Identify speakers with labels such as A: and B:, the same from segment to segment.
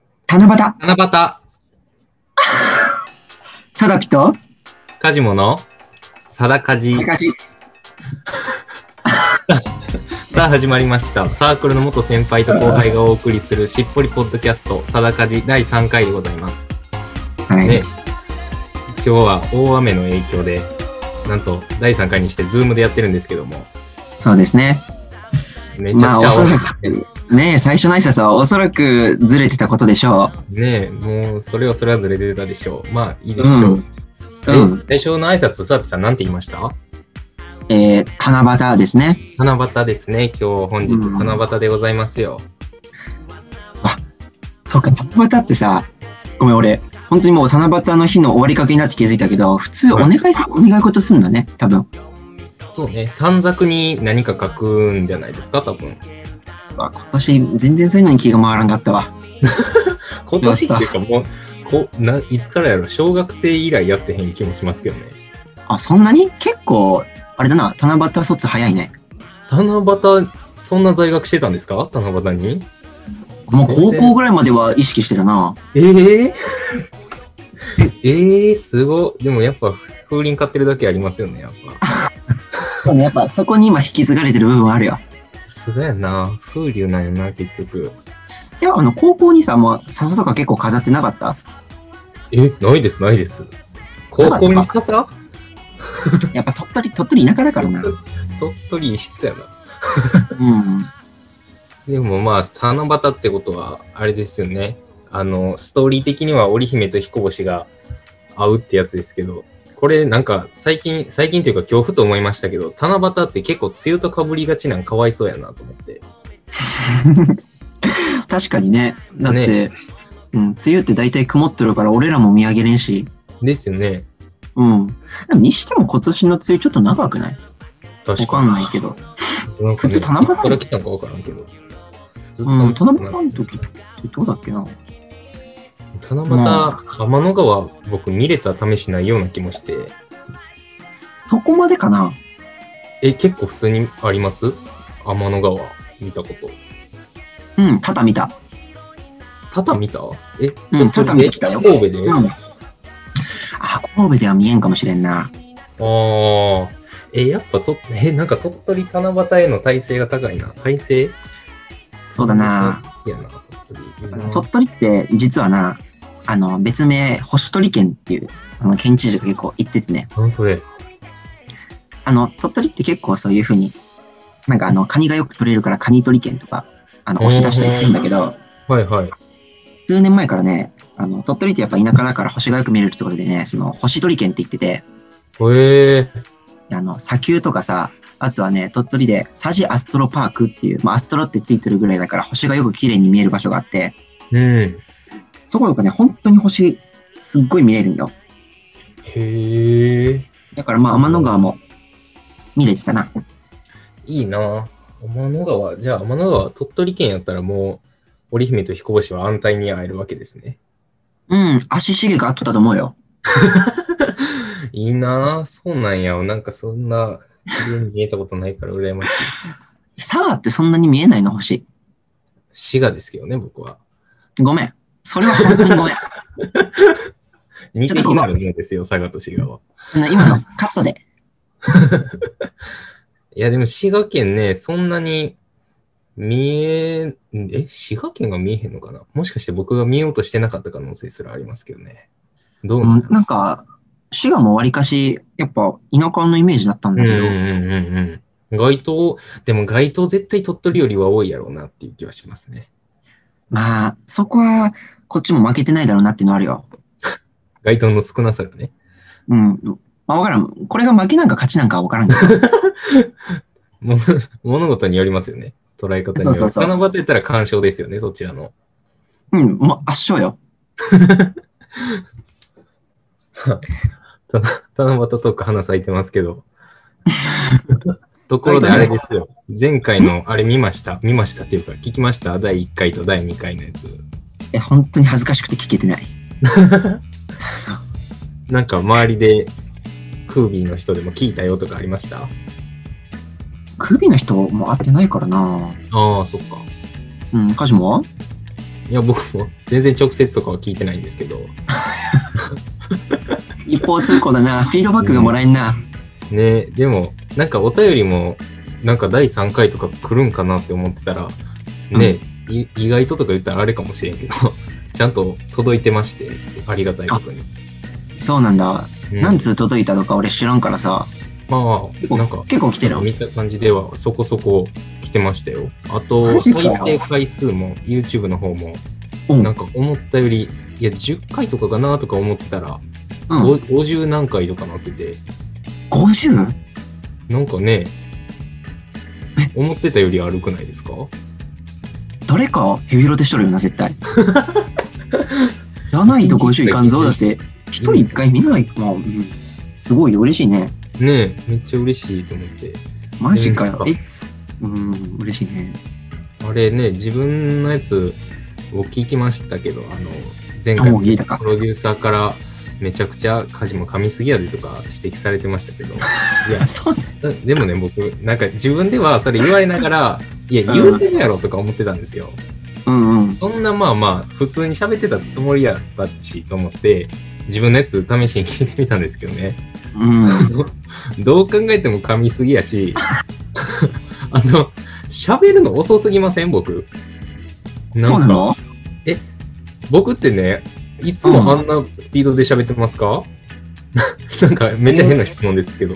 A: 七夕、
B: 七夕、
A: サダピと、
B: カジモの、サダカジ。
A: 高橋
B: さあ始まりました。サークルの元先輩と後輩がお送りするしっぽりポッドキャスト、サダカジ第3回でございます。
A: はい、
B: ね、今日は大雨の影響で、なんと第3回にしてズームでやってるんですけども、
A: そうですね。
B: めち
A: ま
B: ゃ
A: あ、
B: く
A: お
B: ち
A: そ
B: ゃ
A: ら
B: 雨、ね
A: く、ね、最初の挨拶はおそらくずれてたことでしょ
B: ねえ、もうそれはそれはずれてたでしょう。まあいいでしょう。
A: う。
B: で
A: うん。
B: 最初の挨拶、サーピさんなんて言いました
A: えー、七夕ですね。
B: 七夕ですね。今日本日
A: うん
B: 七夕でございますよ。
A: そうか、七夕ってさ、ごめん、俺、本当にもう七夕の日の終わりかけになって気づいたけど、普通お願いす、お願い事すんだね、多分。
B: そうね、短冊に何か書くんじゃないですか、多分。
A: うわ今年、全然そういうのに気が回らんかったわ。
B: 今年っていうかもう、こないつからやろ、小学生以来やってへん気もしますけどね。
A: あ、そんなに結構、あれだな、七夕卒早いね。
B: 七夕、そんな在学してたんですか七夕に
A: もう高校ぐらいまでは意識してた な。
B: ええ ええすごい。でもやっぱ、風鈴買ってるだけありますよね、やっぱ。
A: そうね、やっぱそこに今引き継がれてる部分はあるよ。
B: さすがやな。風流なんやな、結局。
A: いや、あの、高校にさ、もう、笹とか結構飾ってなかった。
B: え、ないです、ないです。高校に傘
A: やっぱ鳥取、鳥取田舎だからな。うん。
B: 鳥取一室やな。でもまあ、七夕ってことは、あれですよね。あの、ストーリー的には織姫と彦星が会うってやつですけど、これなんか最近、最近というか今日ふと思いましたけど、七夕って結構梅雨とかぶりがちなんかわいそうやなと思って。
A: 確かにね。だって、うん、梅雨って大体曇ってるから、俺らも見上げれんし。
B: ですよね。
A: うん。でもにしても今年の梅雨ちょっと長くないわか
B: 確か
A: んないけど。
B: に。なんか
A: 普通
B: ね、
A: 七夕
B: いつから来たのかわからんけど。ずっと
A: うん、七夕の時ってどうだっけな。
B: 七夕、
A: ま
B: 天の川、僕見れた試しないような気もして、
A: そこまでかな。
B: え、結構普通にあります天の川、見たこと。
A: うん、ただ見た。
B: タタ見たえ、
A: うん
B: タ
A: タ
B: タ
A: タ
B: 見
A: 見
B: き
A: き
B: た
A: た
B: よ。
A: よ
B: 神戸で、
A: うん。あ、神戸では見えんかもしれんな。
B: ああ。え、やっぱと、え、なんか鳥取七夕への耐性が高いな。耐性
A: そうだな。。
B: いやな、鳥取いいな。
A: 鳥取って実はなあの別名星取県っていうあの県知事が結構言っててね
B: 何それ。
A: あの鳥取って結構そういうふうになんかあのカニがよく取れるからカニ取り県とかあの
B: へー
A: 押し出したりするんだけど
B: はいはい。
A: 数年前からねあの鳥取ってやっぱ田舎だから星がよく見れるってことでねその星取県って言ってて
B: へえ。
A: あの砂丘とかさあとはね鳥取でサジアストロパークっていう、まあ、アストロってついてるぐらいだから星がよく綺麗に見える場所があって
B: うん。
A: そことかね本当に星すっごい見えるんよ
B: へえ。
A: だからまあ天の川も見れてたな。
B: いいな。天の川、じゃあ天の川、鳥取県やったらもう、織姫と彦星は安泰に会えるわけですね。
A: うん、足しげくあっとったと思うよ。
B: いいなそうなんや。なんかそんな、綺麗に見えたことないから羨ましい。
A: 佐賀ってそんなに見えないの星。
B: 滋賀ですけどね、僕は。
A: ごめん。それは本当にご めん。あ
B: 似て非なるものですよ、佐賀と滋賀は。
A: の今のカットで。
B: いや、でも滋賀県ね、そんなに見え、え、滋賀県が見えへんのかなもしかして僕が見ようとしてなかった可能性すらありますけどね。どう
A: う
B: なん
A: ん
B: だ、ろ
A: なんか、滋賀もわりかし、やっぱ田舎のイメージだったんだ
B: ううん
A: け
B: う
A: ど、
B: んうんうん。街灯、でも街灯絶対鳥取よりは多いやろうなっていう気はしますね。
A: まあ、そこはこっちも負けてないだろうなっていうのはあるよ。
B: 街灯の少なさがね。
A: うん。まあ、わからん。これが負けなんか勝ちなんかはわから んけど。
B: も物事によりますよね。捉え方に
A: そう
B: よる。
A: そうそう
B: 七夕やったら干渉ですよね、そちらの。
A: うん、もう圧勝よ。
B: 七夕トーク花咲いてますけ ど。ところであれですよ。前回のあれ見ました見ましたっていうか聞きました第1回と第2回のやつ。
A: え、本当に恥ずかしくて聞けてない。
B: なんか周りでクービーの人でも聞いたよとかありました
A: 首の人も会ってないからな
B: ああ、そっか。
A: うん、カジも
B: いや、僕も全然直接とかは聞いてないんですけど、
A: 一方通行だな。 フィードバックがもらえんな。
B: ね、でも、なんかお便りも、なんか第3回とか来るんかなって思ってたら、ね、い意外ととか言ったらあれかもしれんけど、 ちゃんと届いてまして、ありがたいことに。
A: そうなんだ。
B: うん
A: 何通届いたとか俺知らんからさ。
B: ま
A: 結
B: あ、
A: 構
B: なんか、
A: 結構来てる。
B: 見た感じではそこそこ来てましたよ。あと、
A: マジ
B: 最
A: か
B: 低回数も YouTube の方も、
A: うん
B: なんか思ったより、いや、10回とかかなとか思ってたら、
A: うん。
B: 50何回とかなってて、
A: 50?
B: なんかね、思ってたより歩くないですか
A: 誰かヘビロテしとるよな、絶 対。じゃないと50いかんぞ。だって、一人一回見ない。まあ、うんすごいよ嬉しいね。
B: ねえ、めっちゃ嬉しいと思って。
A: マジかよ。
B: うん
A: えうん、嬉しいね。
B: あれね、自分のやつを聞きましたけど、あの、前回
A: もう言えたか
B: プロデューサーからめちゃくちゃ家事も噛みすぎやでとか指摘されてましたけど、いや
A: あ、、そう
B: でもね、僕、なんか自分ではそれ言われなが ら、いや、言うてるやろとか思ってたんですよ。
A: うんうん。
B: そんなまあまあ、普通に喋ってたつもりやったしと思って、自分のやつ試しに聞いてみたんですけどね。
A: うん。
B: どう考えても噛みすぎやし、 あの、喋るの遅すぎません僕。か
A: そうなの
B: 僕ってね、いつもあんなスピードで喋ってますか、 なんかめっちゃ変な質問ですけど。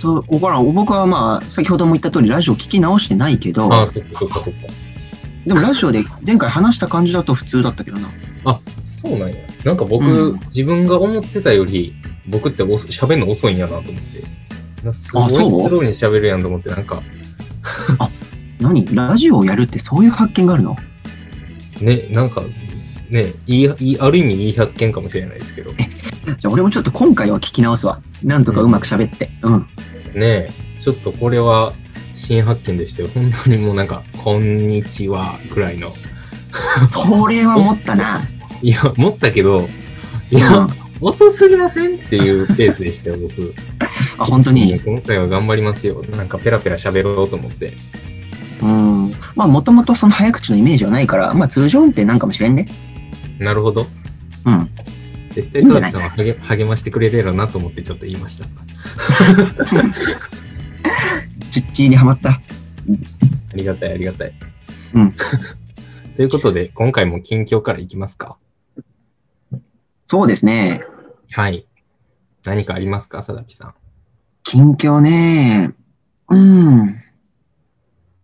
A: と、わからん。僕はまあ、先ほども言った通り、ラジオ聞き直してないけど、
B: ああ、そっかそっかそっか。
A: でもラジオで前回話した感じだと普通だったけどな。
B: あ、そうなんや。なんか僕、
A: うん
B: 自分が思ってたより、僕っておそ喋るの遅いんやなと思って。なすごい
A: あ
B: ス
A: そう
B: ローに喋るやんと思って、なんか、
A: 何ラジオをやるってそういう発見があるの
B: ね、なんか、ね、いい、いいある意味いい発見かもしれないですけど。
A: じゃあ俺もちょっと今回は聞き直すわ。なんとかうまく喋って。 うん。
B: ねえ、ちょっとこれは新発見でしたよ。本当にもうなんか、こんにちはくらいの。
A: それは思ったな。
B: いや、持ったけど、い や、
A: うん。
B: 遅すぎませんっていうペースでしたよ、僕。
A: あ、本当
B: もう
A: に。
B: 今回は頑張りますよ。なんかペラペラ喋ろうと思って。
A: うん。まあもともとその早口のイメージはないから、まあ通常運転なんかもしれんね。
B: なるほど。
A: うん。
B: 絶対沢木さんは励励ましてくれるやろなと思ってちょっと言いました。あ
A: チッチーにはまった。
B: りがたい、ありがたい。
A: うん。
B: ということで、今回も近況からいきますか。
A: そうですね。
B: はい。何かありますか、さだきさん。
A: 近況ね。うん。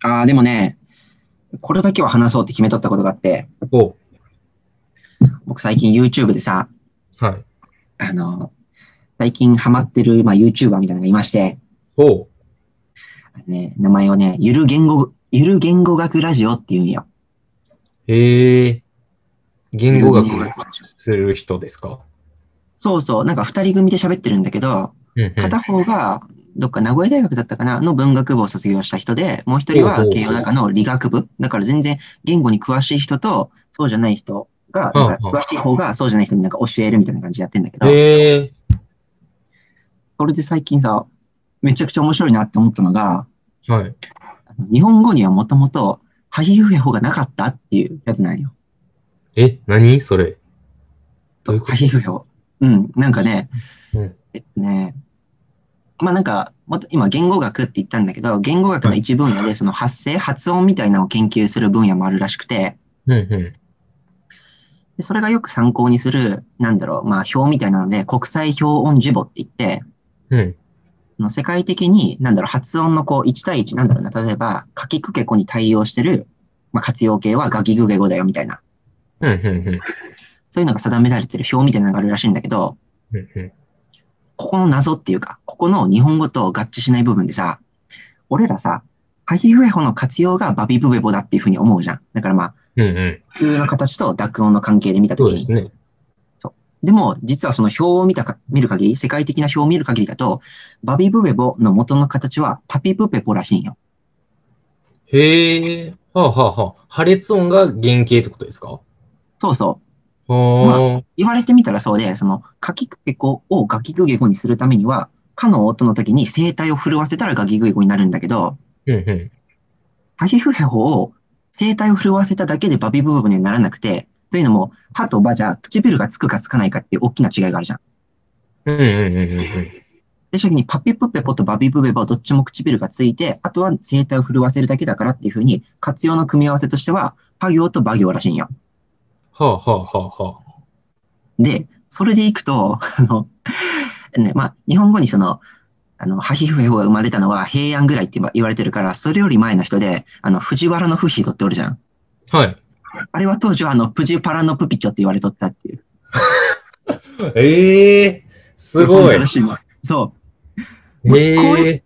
A: ああ、でもね、これだけは話そうって決めとったことがあって、
B: お
A: 僕最近 YouTube でさ、
B: はい。
A: あの、最近ハマってる、まあ、YouTuber みたいなのがいまして、
B: おう
A: ね、名前をね、ゆる言語、ゆる言語学ラジオっていうんよ。
B: へえ。言語学
A: ゆる
B: をする人ですか
A: そうそう、なんか二人組で喋ってるんだけど、
B: うんうん
A: 片方が、どっか名古屋大学だったかなの文学部を卒業した人で、もう一人
B: ほう
A: は
B: ほう
A: 慶応大学の理学部。だから全然言語に詳しい人と、そうじゃない人が、
B: うんうん
A: なんか詳しい方がそうじゃない人になんか教えるみたいな感じでやってんだけど、
B: へえ。
A: それで最近さ、めちゃくちゃ面白いなって思ったのが、
B: はい。
A: 日本語にはもともと、ハギフヘホがなかったっていうやつなんよ。
B: え、何それ。どういうこ
A: ハギフヘホ。うん、なんかね、
B: うん
A: えっとね、まあなんか、また今言語学って言ったんだけど、言語学の一分野でその発声、発音みたいなのを研究する分野もあるらしくて、
B: とうんう
A: でそれがよく参考にする、なんだろう、まあ表みたいなので、国際表音字母って言って、
B: ん。うん。
A: あの世界的に、なんだろう、発音のこう、1対1、なんだろうな、例えば、かきくけこに対応してる、まあ活用形はガギグゲゴだよみたいな。
B: うんうんうん
A: そういうのが定められてる表みたいなのがあるらしいんだけど、
B: うんうん。
A: ここの謎っていうか、ここの日本語と合致しない部分でさ、俺らさ、ハヒフエホの活用がバビブベボだっていうふうに思うじゃん。だからまあ、
B: うんうん。
A: 普通の形と濁音の関係で見た
B: そ
A: と
B: う
A: き
B: で
A: に。
B: すね。
A: でも、実はその表を見たか、見る限り、世界的な表を見る限りだと、バビブベボの元の形はパピブペボらしいんよ。
B: へえ。はあはあはあ。破裂音が原型ってことですか
A: そうそう。
B: あー。
A: 言われてみたらそうで、その、カキクケコをガキグゲゴにするためには、かの音の時に声帯を震わせたらガキグゲゴになるんだけど、
B: うんうん。
A: ハヒフヘホを声帯を震わせただけでバビブーブにはならなくて、というのも、歯とバじゃ唇がつくかつかないかっていう大きな違いがあるじゃん。
B: うんうんうんうんうん。
A: で、初期にパピプペポとバビブベボどっちも唇がついて、あとは声帯を震わせるだけだからっていう風に、活用の組み合わせとしては、パ行とバ行らしいんよ。
B: はあはあはあはあ。
A: で、それでいくと、あの、ね、まあ、日本語にその、あの、ハヒフヘホが生まれたのは平安ぐらいって言われてるから、それより前の人で、あの、藤原のフヒドっておるじゃん。
B: はい。
A: あれは当時はあの、プジパラのプピチョって言われとったっていう。
B: ええすごい。
A: らしいわそう。
B: ええ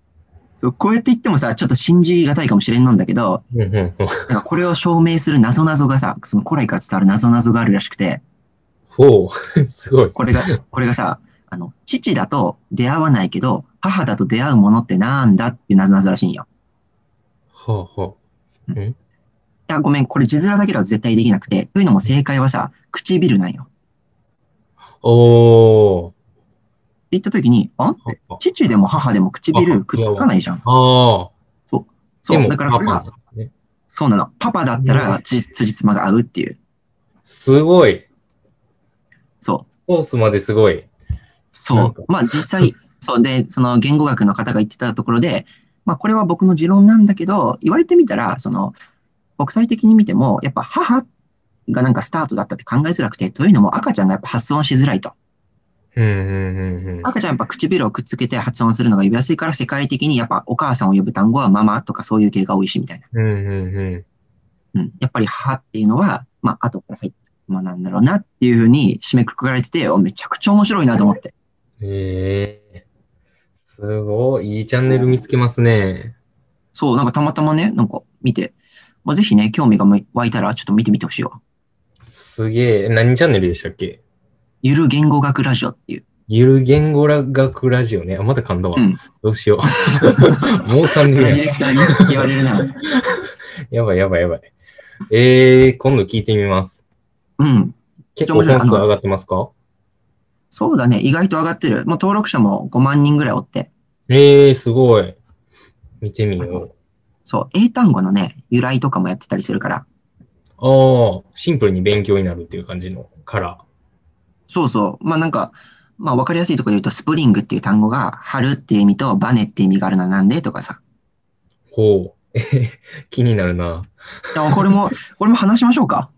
A: そう、こうやって言ってもさ、ちょっと信じがたいかもしれんなんだけど、
B: うんうんうん
A: なんかこれを証明する謎々がさ、その古来から伝わる謎々があるらしくて、
B: ほう。 すごい。
A: これが、これがさ、あの、父だと出会わないけど、母だと出会うものってなんだっていう謎々らしいんよ。
B: はあは
A: あ、ごめん、これ字面だけでは絶対できなくて、というのも正解はさ、唇なんよ。って
B: あ。おー。
A: 言った時に、あん
B: はあは
A: 父でも母でも唇くっつかないじゃん。
B: ああ。
A: そ
B: で
A: う、
B: も
A: だからこれ
B: パ
A: が、
B: パなんだね
A: そうなの。パパだったらつじ、つじつまが合うっていう。
B: すごい。
A: そう。
B: コースまですごい。な
A: そ
B: んか
A: う。まあ実際、そうで、その言語学の方が言ってたところで、まあこれは僕の持論なんだけど、言われてみたら、その、国際的に見ても、やっぱ母がなんかスタートだったって考えづらくて、というのも赤ちゃんがやっぱ発音しづらいと。
B: うんうんうんうん。
A: 赤ちゃんやっぱ唇をくっつけて発音するのが呼びやすいから世界的にやっぱお母さんを呼ぶ単語はママとかそういう系が多いしみたいな。
B: うんうんうん。
A: うん。やっぱり母っていうのは、まあ後から入って、まあなんだろうなっていうふうに締めくくられてて、おめちゃくちゃ面白いなと思って。
B: ええすごい。いいチャンネル見つけますね。
A: そう、なんかたまたまね、なんか見て、まあ、ぜひね、興味が湧いたらちょっと見てみてほしいわ。
B: すげえ。何チャンネルでしたっけ
A: ゆる言語学ラジオっていう。
B: ゆる言語学ラジオね。あ、また噛んだわ。
A: うん
B: どうしよう。 もう噛んで
A: ディ
B: るやん。
A: レクターに言われるな。
B: やばいやばいやばい。ええ今度聞いてみます。
A: うん。
B: 結構本数上がってますか
A: そうだね、意外と上がってる。もう登録者も5万人ぐらいおって。
B: ええすごい。見てみよ
A: そう、英単語のね、由来とかもやってたりするから。
B: う。ああ、シンプルに勉強になるっていう感じのカラー。
A: そうそう。まあなんか、まあわかりやすいところで言うと、スプリングっていう単語が、春っていう意味とバネっていう意味があるのはなんでとかさ。
B: ほう。えへへ気になるな。
A: でもこれも、 これも話しましょうか。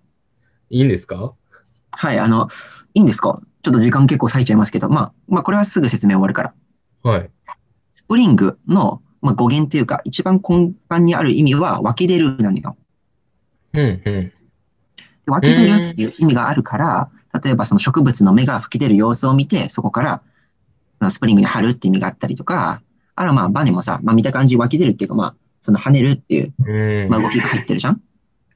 B: いいんですか
A: はい、あの、いいんですかちょっと時間結構割いちゃいますけど、まあ、まあこれはすぐ説明終わるから。
B: はい。
A: スプリングの、まあ、語源というか、一番根幹にある意味は湧き出るなのよ。
B: うん、うん。
A: で湧き出るっていう意味があるから、例えばその植物の芽が吹き出る様子を見て、そこからあのスプリングに張るって意味があったりとか、あらまあバネもさ、まあ見た感じ湧き出るっていうかまあ、その跳ねるっていう、
B: うん。
A: まあ、動きが入ってるじゃん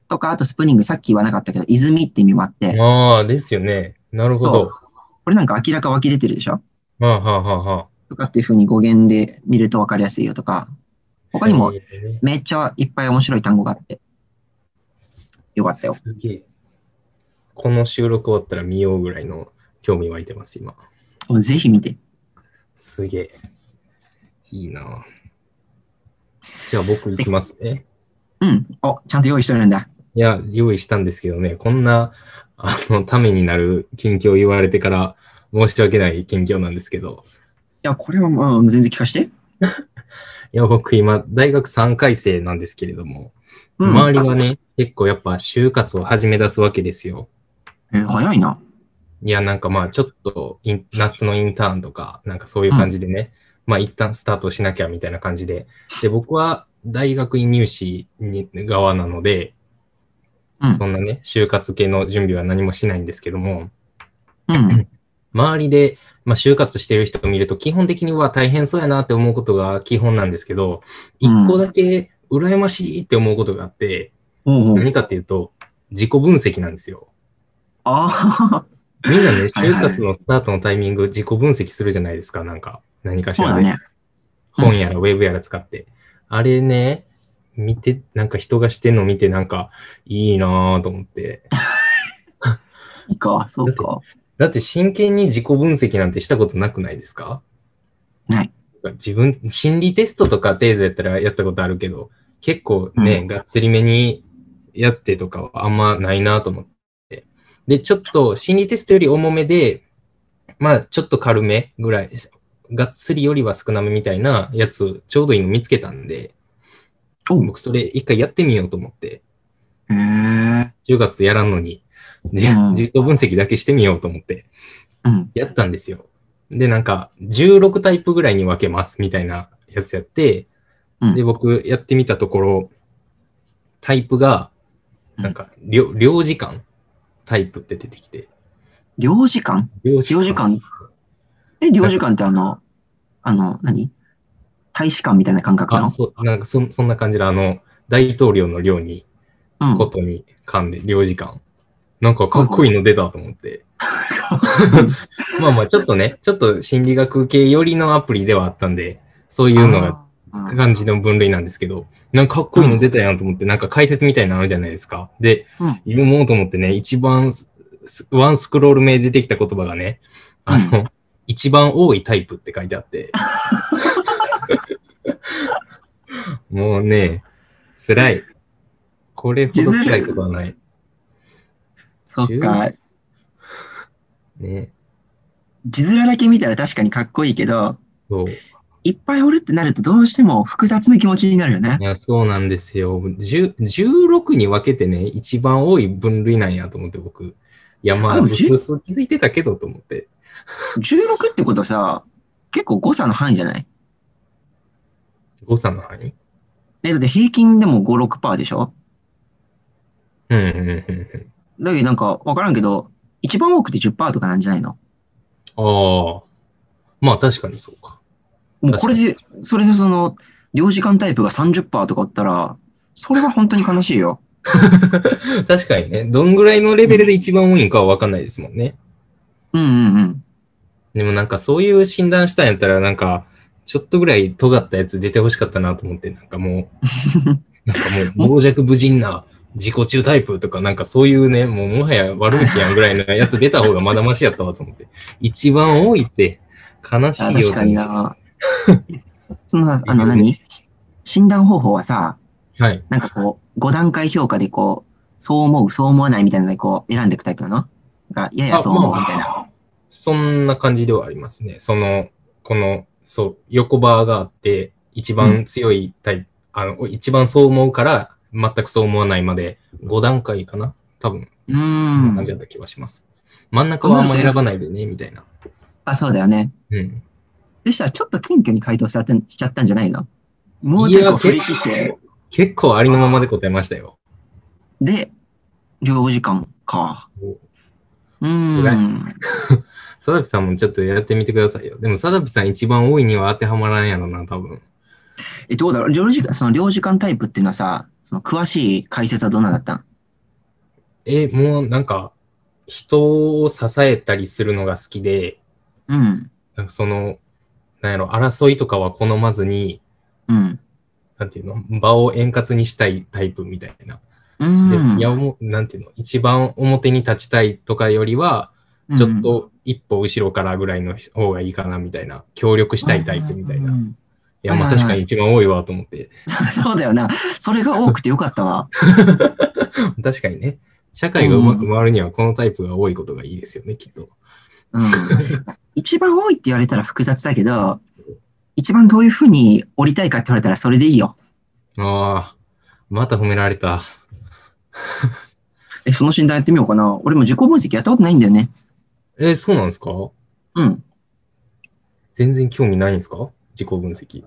A: とか、あとスプリングさっき言わなかったけど、泉って意味もあって、
B: ああ、ですよね。なるほ
A: そう
B: ど。。
A: これなんか明らか湧き出てるでしょ
B: はあ、はあはあはあ、
A: とかっていうふうに語源で見ると分かりやすいよとか、他にも
B: えー
A: めっちゃいっぱい面白い単語があって、よかったよ。
B: すげえ。この収録終わったら見ようぐらいの興味湧いてます、今。
A: もうぜひ見て。
B: すげえ。いいなじゃあ僕行きますね。
A: うん。お、ちゃんと用意してるんだ。
B: いや、用意したんですけどね、こんな、あの、ためになる近況言われてから申し訳ない近況なんですけど、
A: いや、これはもう全然聞かして。
B: いや、僕今、大学3回生なんですけれども、
A: うん。
B: 周りがね、結構やっぱ就活を始め出すわけですよ。
A: えー早いな。
B: いや、なんかまあ、ちょっとイン、夏のインターンとか、なんかそういう感じでね、まあ、一旦スタートしなきゃみたいな感じで。で、僕は大学院入試に側なので、
A: うん
B: そんなね、就活系の準備は何もしないんですけども、
A: うん。
B: 周りで、まあ、就活してる人を見ると、基本的には大変そうやなって思うことが基本なんですけど、一
A: うん
B: 個だけ羨ましいって思うことがあって、
A: おうおう
B: 何かっていうと、自己分析なんですよ。
A: ああ、
B: みんなね、
A: はい
B: 就活のスタートのタイミング、自己分析するじゃないですか、なんか、何かし
A: そう
B: ら
A: だ
B: で、
A: ね。
B: 本やらウェブやら使って。あれね、見て、なんか人がしてんの見て、なんか、いいなぁと思って。
A: いいか、そうか。
B: だって真剣に自己分析なんてしたことなくないですか
A: ない。
B: 自分、心理テストとか程度やったらやったことあるけど、結構ね、
A: うん
B: がっつりめにやってとかはあんまないなと思って。で、ちょっと心理テストより重めで、まあちょっと軽めぐらい、がっつりよりは少なめみたいなやつ、ちょうどいいの見つけたんで、
A: お
B: 僕それ一回やってみようと思って、
A: へえ。
B: 10月やらんのに、じ
A: うん
B: 自動分析だけしてみようと思って、
A: うん。
B: やったんですよ。で、なんか、16タイプぐらいに分けます、みたいなやつやって、
A: うん
B: で、僕、やってみたところ、タイプが、なんか、りょ領時間タイプって出てきて。
A: 領事館
B: 領
A: 領事館え、領事館ってあの、あの、何大使館みたいな感覚なの
B: あ、そう、なんかそ、そんな感じで、あの、大統領の領に、
A: うん。
B: ことに勘で、領事館。なんか、かっこいいの出たと 思って。まあまあ、ちょっとね、ちょっと心理学系寄りのアプリではあったんで、そういうのが
A: あー。
B: 感じの分類なんですけど、なんかかっこいいの出たやんと思って、なんか解説みたいなのあるじゃないですか。で、
A: うん
B: 読もうと思ってね、一番す、すワンスクロール目で出てきた言葉がね、あの、一番多いタイプって書いてあって。もうね、辛い。これほど辛いことはない。
A: そっか。
B: ね。
A: 字面だけ見たら確かにかっこいいけど、
B: そう。
A: いっぱいおるってなるとどうしても複雑な気持ちになるよね
B: い。や、そうなんですよ。10 16に分けてね、一番多い分類なんやと思って、僕。いや、まあ、
A: あで
B: う
A: も
B: す
A: 10
B: うす気づいてたけどと思って。
A: 16ってことさ、結構誤差の範囲じゃない
B: 誤差の範囲
A: え、だって平均でも5、6%でしょ
B: うんうんうん
A: だけどなんかわからんけど、一番多くて10%とかなんじゃないの
B: うん。ああ。まあ、確かにそうか。
A: もうこれで、それでその、領事館タイプが30%とかおったら、それは本当に悲しいよ。
B: 確かにね、どんぐらいのレベルで一番多いんかは分かんないですもんね。
A: うんうんうん。
B: でもなんかそういう診断したんやったら、なんか、ちょっとぐらい尖ったやつ出てほしかったなと思って、なんかも う、なんかもう、傍若無人な自己中タイプとか、なんかそういうね、もうもはや悪口やんぐらいのやつ出た方がまだましやったわと思って。一番多いって悲し
A: あ
B: いよ。
A: 確かにな。その さ、あの
B: いいよね
A: 何診断方法はさ、
B: はい。
A: なんかこう、5段階評価でこう、そう思う、そう思わないみたいなのでこう、選んでいくタイプなのなんか、ややそう思うみたいな。
B: な。そんな感じではありますね。その、この、そう、横バーがあって、一番強いタイプ、あの、一番そう思うから、全くそう思わないまで、5段階かな多分、
A: う
B: そんなん感じだった気がします。真ん中はあんま選ばないでね、みたいな。
A: あ、そうだよね。
B: うん。
A: でしたら、ちょっと謙虚に回答しちゃったんしちゃったんじゃないのもうちょっと振り切って、
B: 結構ありのままで答えましたよ。
A: で、領事館か。う
B: すごい
A: ーん。
B: サダピさんもちょっとやってみてくださいよ。でも、サダピさん一番多いには当てはまらんやろな、多分。
A: え、どうだろう領事館、その領事館タイプっていうのはさ、その詳しい解説はどんなだったん
B: え、もうなんか、人を支えたりするのが好きで、
A: うん。
B: なんかその、なんやろ、争いとかは好まずに、
A: うん。
B: なんていうの、場を円滑にしたいタイプみたいな。
A: う
B: で、
A: ん。
B: いや、もうなんていうの、一番表に立ちたいとかよりは、
A: うん
B: ちょっ、と一歩後ろからぐらいの方がいいかなみたいな、協力したいタイプみたいな。
A: うんう
B: い
A: ん
B: や、まあ
A: はいはい
B: 確
A: は
B: か
A: い
B: に一番多いわと思って。
A: うんそうだよな。それが多くてよかったわ。
B: 確かにね、社会がうまく回るにはこのタイプが多いことがいいですよね、きっと。
A: うん。一番多いって言われたら複雑だけど、一番どういうふうに降りたいかって言われたらそれでいいよ。
B: ああ、また褒められた。
A: え、その診断やってみようかな。俺も自己分析やったことないんだよね。
B: えそうなんですか
A: うん。い
B: 全然興味ないんですか自己分析。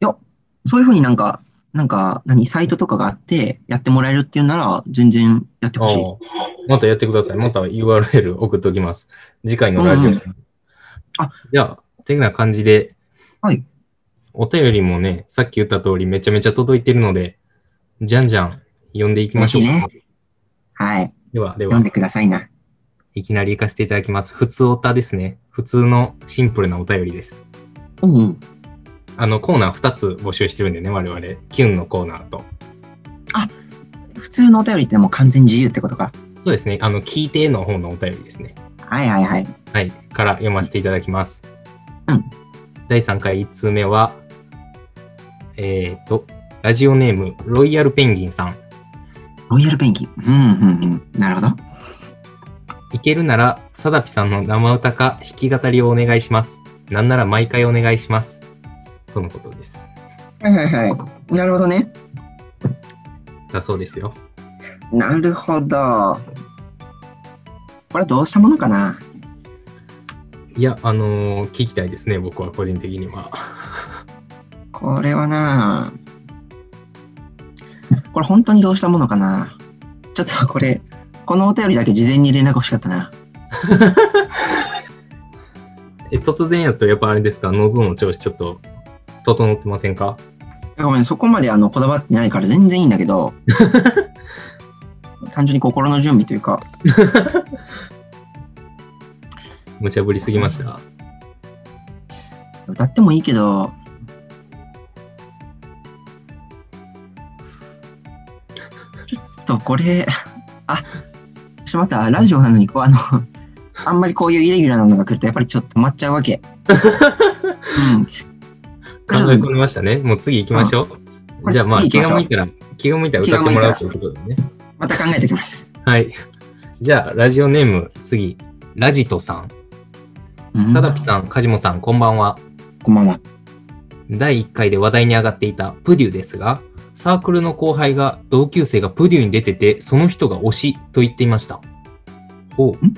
A: や、そういうふうになんか、なんか、何、サイトとかがあって、やってもらえるっていうなら、全然やって
B: あ
A: ほしい。
B: あ、またやってください。また URL 送っときます。次回のラジオに。
A: うんあ
B: じゃあ、てな感じで、
A: はい。
B: お便りもね、さっき言った通りめちゃめちゃ届いてるので、じゃんじゃん読んでいきましょう。
A: 嬉はい。
B: では、で
A: 読
B: は
A: ん、でくださいな。
B: いきなり行かせていただきます。普通オタですね。普通のシンプルなお便りです。
A: うんうん。
B: あの、コーナー2つ募集してるんでね、我々。キュンのコーナーと。
A: 普通のお便りってもう完全自由ってことか。
B: そうですね。あの、聞いての方のお便りですね。
A: はいはいはい。
B: はい、から読ませていただきます。
A: うん
B: 第3回1通目は、えっ、と、ラジオネーム、ロイヤルペンギンさん。
A: ロイヤルペンギン。うんうんうん。なるほど。
B: いけるなら、サダピさんの生歌か弾き語りをお願いします。なんなら毎回お願いします。とのことです。
A: はいはいはい。なるほどね。
B: だそうですよ。
A: なるほど。これはどうしたものかない
B: や、あのー聞きたいですね、僕は個人的には。
A: これはなこれ本当にどうしたものかなちょっとこれ、このお便りだけ事前に連絡欲しかったな。
B: え突然やと、やっぱあれですか、喉の調子ちょっと整ってませんか
A: ごめん、そこまであのこだわってないから全然いいんだけ ど、単純に心の準備というか、
B: 無茶ぶりすぎました。
A: 歌ってもいいけど、ちょっとこれ、あ、しまった、ラジオなのにこう、あの、あんまりこういうイレギュラーなのが来ると、やっぱりちょっと止まっちゃう わけ。うん。
B: 考え込みましたね。もう次行きましょ
A: こ
B: う。
A: れ
B: じゃあまあ、
A: 次
B: 気
A: 行きましょう
B: が向いたら、気が向いたら歌ってもらうということでね。
A: また考えておきます。
B: はい。 じゃあ、ラジオネーム、次、ラジトさん。サダピ
A: ん。
B: さん、カジモさん、こんばんは。
A: こんばんは。
B: 第1回で話題に上がっていたプデューですが、サークルの後輩が、同級生がプデューに出てて、その人が推しと言っていました。おう
A: うん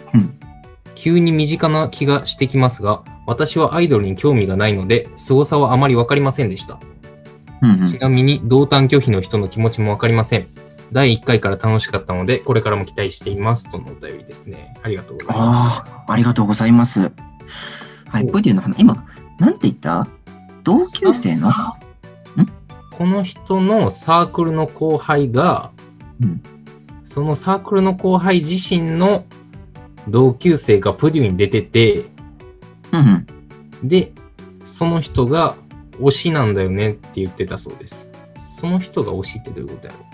B: 急に身近な気がしてきますが、私はアイドルに興味がないので、凄さはあまりわかりませんでした。
A: うんうん
B: ちなみに、同担拒否の人の気持ちもわかりません。第1回から楽しかったので、これからも期待しています。とのお便りですね。ありがとうございます。
A: ああ、ありがとうございます。はい、
B: お
A: ポエティの花、今、なんて言った同級生の
B: この人のサークルの後輩が、
A: うん
B: そのサークルの後輩自身の同級生がプデューに出てて、
A: うんうん。
B: で、その人が推しなんだよねって言ってたそうです。その人が推しってどういうことやろ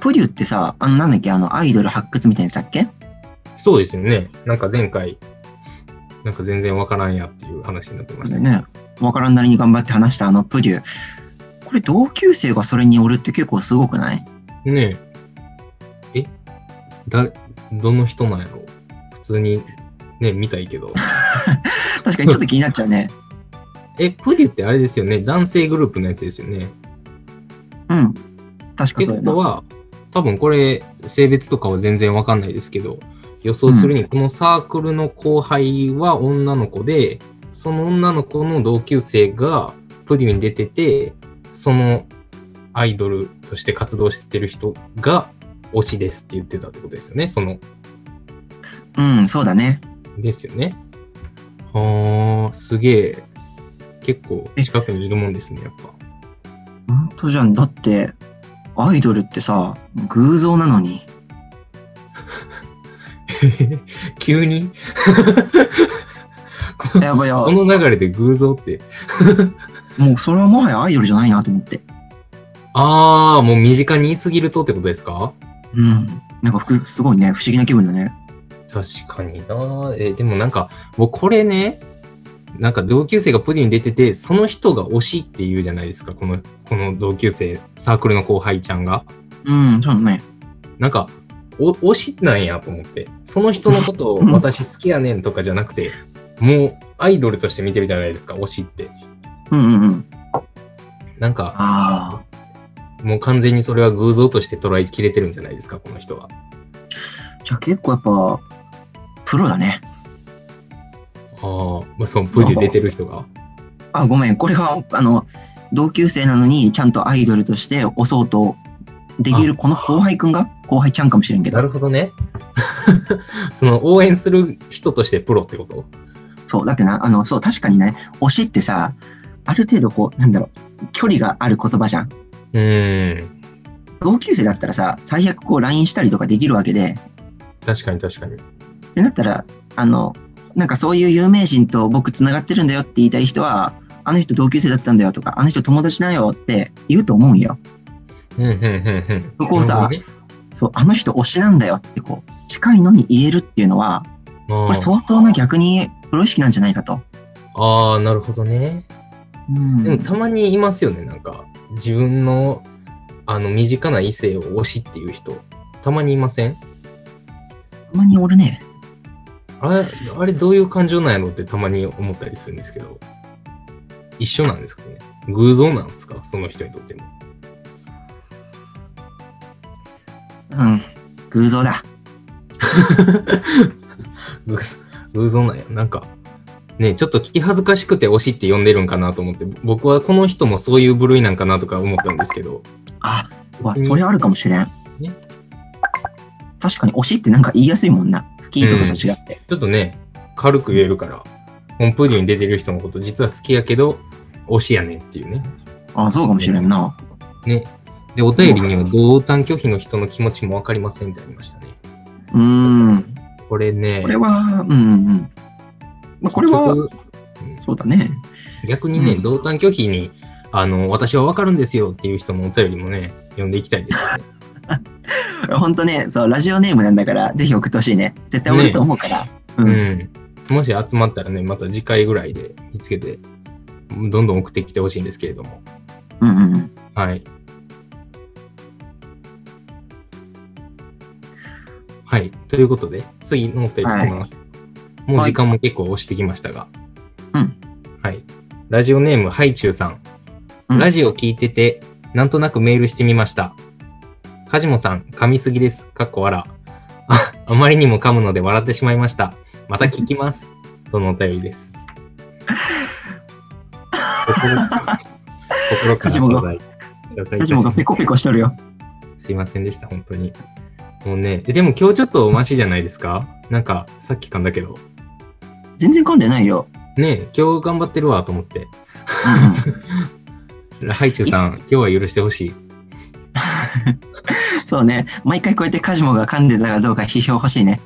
A: プデューってさ、あの、なんだっけ、あの、アイドル発掘みたいにさっけ
B: そうですよね。なんか前回、なんか全然わからんやっていう話になってましたね。
A: ね、わからんなりに頑張って話したあのプデュー。これ、同級生がそれにおるって結構すごくない
B: ねえ。えだ、どの人なんやろ普通にね、見たいけど。
A: 確かにちょっと気になっちゃうね。
B: え、プデュってあれですよね。男性グループのやつですよね。
A: うん。確
B: っ
A: か
B: て
A: そう
B: こ
A: や
B: と
A: な。
B: は、多分これ、性別とかは全然わかんないですけど、予想するに、このサークルの後輩は女の子で、その女の子の同級生がプデュに出てて、そのアイドルとして活動してる人が推しですって言ってたってことですよね。その、
A: うん、そうだね。
B: ですよね。はあ、すげえ。結構近くにいるもんですね、 やっぱ。
A: 本当じゃん。だって、アイドルってさ、偶像なの に。
B: 急に
A: やばいや
B: こ、の流れで偶像って、
A: もうそれはもはやアイドルじゃないなと思って。
B: あー、もう身近にいすぎるとってことですか
A: うん。なんかふく、すごいね、不思議な気分だね。
B: 確かになえーでもなんか、僕これね、なんか同級生がプディに出てて、その人が推しって言うじゃないですか、この、この同級生、サークルの後輩ちゃんが。
A: うん、そうだね。
B: なんか、お推しなんやと思って、その人の ことを
A: うん
B: 私好きやねんとかじゃなくて、もうアイドルとして見てるじゃないですか、推しって。
A: うんうんうん。
B: なんか、
A: あ
B: もう完全にそれは偶像として捉えきれてるんじゃないですか、この人は。
A: あ。じゃあ結構やっぱ、プロだね。
B: ああ、まあ、そのプディ出てる人が。
A: あ、ごめん。これが、あの、同級生なのに、ちゃんとアイドルとして推そうとできる、この後輩くんが後輩ちゃんかもしれんけ
B: な
A: ど。
B: るほどね。 その応援する人としてプロってこと
A: そう、だってな、あの、そう、確かにね、推しってさ、ある程度こう、なんだろう、距離がある言葉じゃん。
B: うーん。
A: 同級生だったらさ、最悪こう、LINE したりとかできるわけで、
B: 確かに確かに。
A: ってなったら、あの、なんかそういう有名人と僕つながってるんだよって言いたい人は、あの人同級生だったんだよとか、あの人友達だよって言うと思うんよ。
B: うんうんうんうん。
A: そこをさ
B: なる
A: そう、あの人推しなんだよってこう、近いのに言えるっていうのは、こ
B: ほど
A: れ
B: ね
A: 相当な逆にプロ意識なんじゃないかと。
B: あーあー、なるほどね。
A: う
B: でも
A: ん。
B: たまにいますよね、なんか。自分のあの、身近な異性を推しっていう人、たまにいません
A: たまにおるね。
B: あれ、あれどういう感情なんやろってたまに思ったりするんですけど、一緒なんですかね偶像なんですかその人にとっても。
A: うん。偶像だ。
B: 偶偶像なんや。なんか、ねちょっと聞き恥ずかしくて推しって呼んでるんかなと思って、僕はこの人もそういう部類なんかなとか思ったんですけど、
A: あ、うわ、
B: 別に
A: それあるかもしれん
B: ね。
A: 確かに推しってなんか言いやすいもんな。スキーとかと違って。
B: ちょっとね、軽く言えるから、ホームプールに出てる人のこと実は好きやけど、推しやねんっていうね。
A: あそうかもしれんな。
B: ね。で、お便りには同担拒否の人の気持ちもわかりませんってありましたね。
A: うーん。
B: これね、
A: これは、うんうん。まあ、これは、
B: 結局
A: そうだね。
B: 逆にね、
A: うん
B: 同担拒否に、あの、私はわかるんですよっていう人のお便りもね、読んでいきたいです、ね。
A: 本当ね、そう、ラジオネームなんだから、ぜひ送ってほしいね。絶対おると思うから。う。
B: うんん。もし集まったらね、また次回ぐらいで見つけて、どんどん送ってきてほしいんですけれども。
A: うんうんうん。
B: はい。はい。ということで、次のお便りかな。もう時間も結構押してきましたが。
A: うん。
B: はい。ラジオネーム、ハイチュウさん。
A: うん
B: ラジオ聞いてて、なんとなくメールしてみました。カジモさん、噛みすぎです。かっこ笑。あ、あまりにも噛むので笑ってしまいました。また聞きます。 とのお便りです。心から心から頂戴頂戴いた
A: カ
B: し
A: ジモ
B: ます
A: がペコペコしとるよ。
B: すいませんでした、本当に。もうね、えでも今日ちょっとマシじゃないですかなんか、さっき噛んだけど。
A: 全然噛んでないよ。
B: ねえ今日頑張ってるわと思って。
A: うんうん
B: それハイチュウさん、今日は許してほしい。
A: そうね。毎回こうやってカジモが噛んでたらどうか批評欲しいね。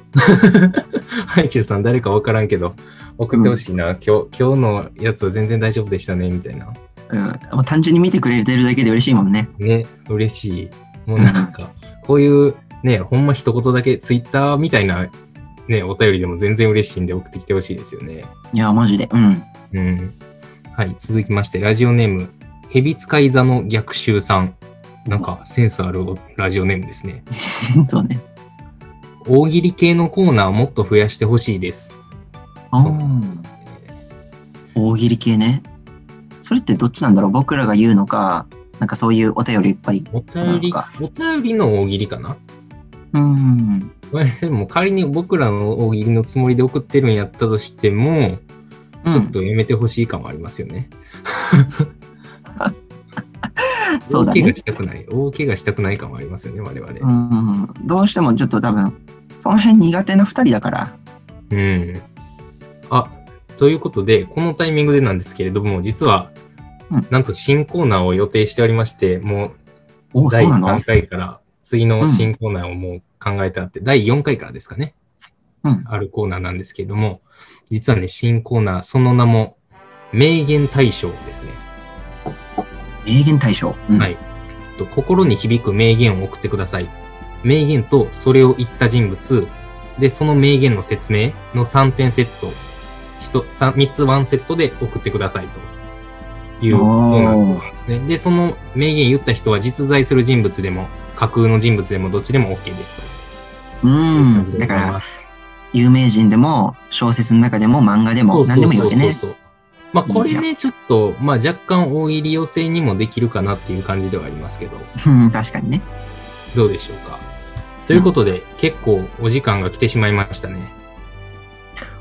B: ハイチュウさん、誰かわからんけど、送ってほしいな、今日。今日のやつは全然大丈夫でしたね、みたいな。
A: うん。もう単純に見てくれてるだけで嬉しいもんね。
B: ね、嬉しい。もうなんか、こういう、ね、ほんま一言だけ、ツイッターみたいな、ね、お便りでも全然嬉しいんで送ってきてほしいですよね。
A: いや、マジで。うん。
B: うん。はい、続きまして、ラジオネーム、ヘビ使い座の逆襲さん。なんか、センスあるラジオネームですね。
A: そうね。
B: 大喜利系のコーナーもっと増やしてほしいです。
A: あー大喜利系ね。それってどっちなんだろう僕らが言うのか、なんかそういうお便りいっぱい。
B: お便り、お便りの大喜利かな
A: うん。
B: これでも仮に僕らの大喜利のつもりで送ってるんやったとしても、
A: うん
B: ちょっとやめてほしい感はありますよね。
A: そうだ
B: 大怪
A: ね
B: 我。したくない、大怪我したくない感はありますよね、我々。
A: うん。どうしてもちょっと多分、その辺苦手な二人だから。
B: うん。あ、ということで、このタイミングでなんですけれども、実は、
A: うん
B: なんと新コーナーを予定しておりまして、も
A: お
B: う
A: お、
B: 第
A: そうなの
B: 3回から次の新コーナーをもう考えてあって、第4回からですかね、
A: うん。
B: あるコーナーなんですけれども、実はね、新コーナー、その名も、名言大賞ですね。
A: 名言対象。うん
B: はいと心に響く名言を送ってください。名言とそれを言った人物、で、その名言の説明の3点セット、3, 3つ1セットで送ってくださいということなんですね。で、その名言言った人は実在する人物でも、架空の人物でもどっちでも OK です
A: う
B: と。
A: ん。だから、、有名人でも、小説の中でも、漫画で
B: そ
A: も、
B: う
A: 何でもいいわけね。
B: そうそうそうまあ、これね、ちょっと、まあ、若干大入り寄せにもできるかなっていう感じではありますけど。
A: うん、確かにね。
B: どうでしょうか。ということで、結構お時間が来てしまいましたね。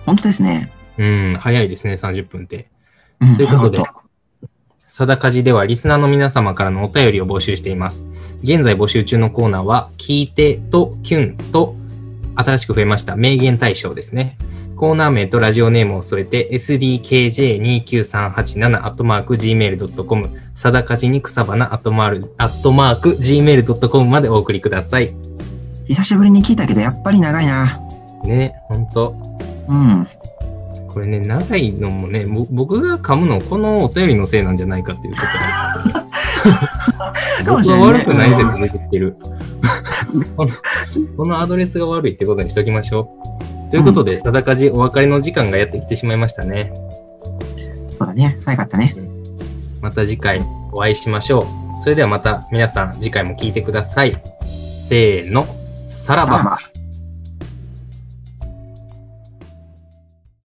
A: 本当ですね。
B: うん、早いですね、30分って。
A: うん、
B: ということで
A: なる
B: さだかじではリスナーの皆様からのお便りを募集しています。現在募集中のコーナーは、聞いてとキュンと新しく増えました名言大賞ですね。コーナー名とラジオネームを添えて sdkj29387-gmail.com さだかじに草花 -gmail.com までお送りください。
A: ほど久しぶりに聞いたけど、やっぱり長いな。
B: ね、ほんと。
A: うん。
B: これね、長いのもね、ぼ僕が噛むの、このお便りのせいなんじゃないかっていう説が あります、ね。
A: かもし
B: 僕
A: れ
B: は
A: ないね
B: 悪くない説で言ってる。 このこのアドレスが悪いってことにしときましょう。ということで、さだかじお別れの時間がやってきてしまいましたね。
A: そうだね。早かったね。
B: また次回お会いしましょう。それではまた皆さん次回も聞いてください。せーの、さらば。
A: さらば